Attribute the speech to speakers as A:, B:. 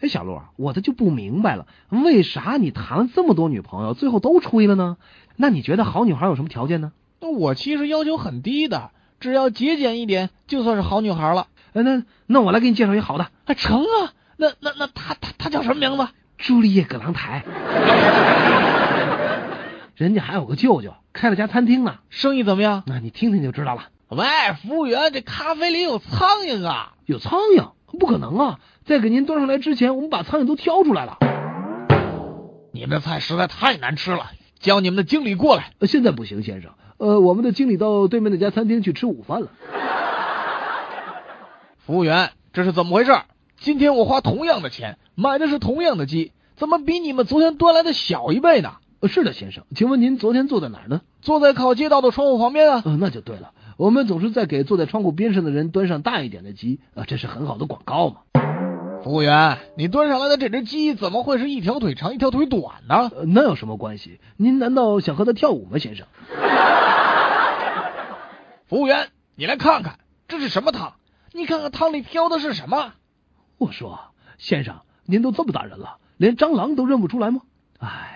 A: 哎，小陆啊，我这就不明白了，为啥你谈了这么多女朋友，最后都吹了呢？那你觉得好女孩有什么条件呢？
B: 那我其实要求很低的，只要节俭一点，就算是好女孩了。
A: 哎，那那我来给你介绍一好的，
B: 啊，成啊，那那那她她她叫什么名字？
A: 朱丽叶·葛朗台。 人家还有个舅舅，开了家餐厅呢。
B: 生意怎么样？
A: 那你听听就知道了。
B: 喂，服务员，这咖啡里有苍蝇啊！
A: 有苍蝇？不可能啊！在给您端上来之前，我们把苍蝇都挑出来了。
B: 你们的菜实在太难吃了，叫你们的经理过来。
A: 呃现在不行，先生。呃，我们的经理到对面那家餐厅去吃午饭了。
B: 服务员，这是怎么回事？今天我花同样的钱买的是同样的鸡，怎么比你们昨天端来的小一倍呢？
A: 呃是的，先生，请问您昨天坐在哪儿呢？
B: 坐在靠街道的窗户旁边啊！
A: 呃，那就对了，我们总是在给坐在窗户边上的人端上大一点的鸡，啊、这是很好的广告嘛。
B: 服务员，你端上来的这只鸡怎么会是一条腿长一条腿短呢？
A: 呃，那有什么关系？您难道想和他跳舞吗，先生？
B: 服务员，你来看看这是什么汤？你看看汤里飘的是什么？
A: 啊我说，先生，您都这么大人了，连蟑螂都认不出来吗？哎，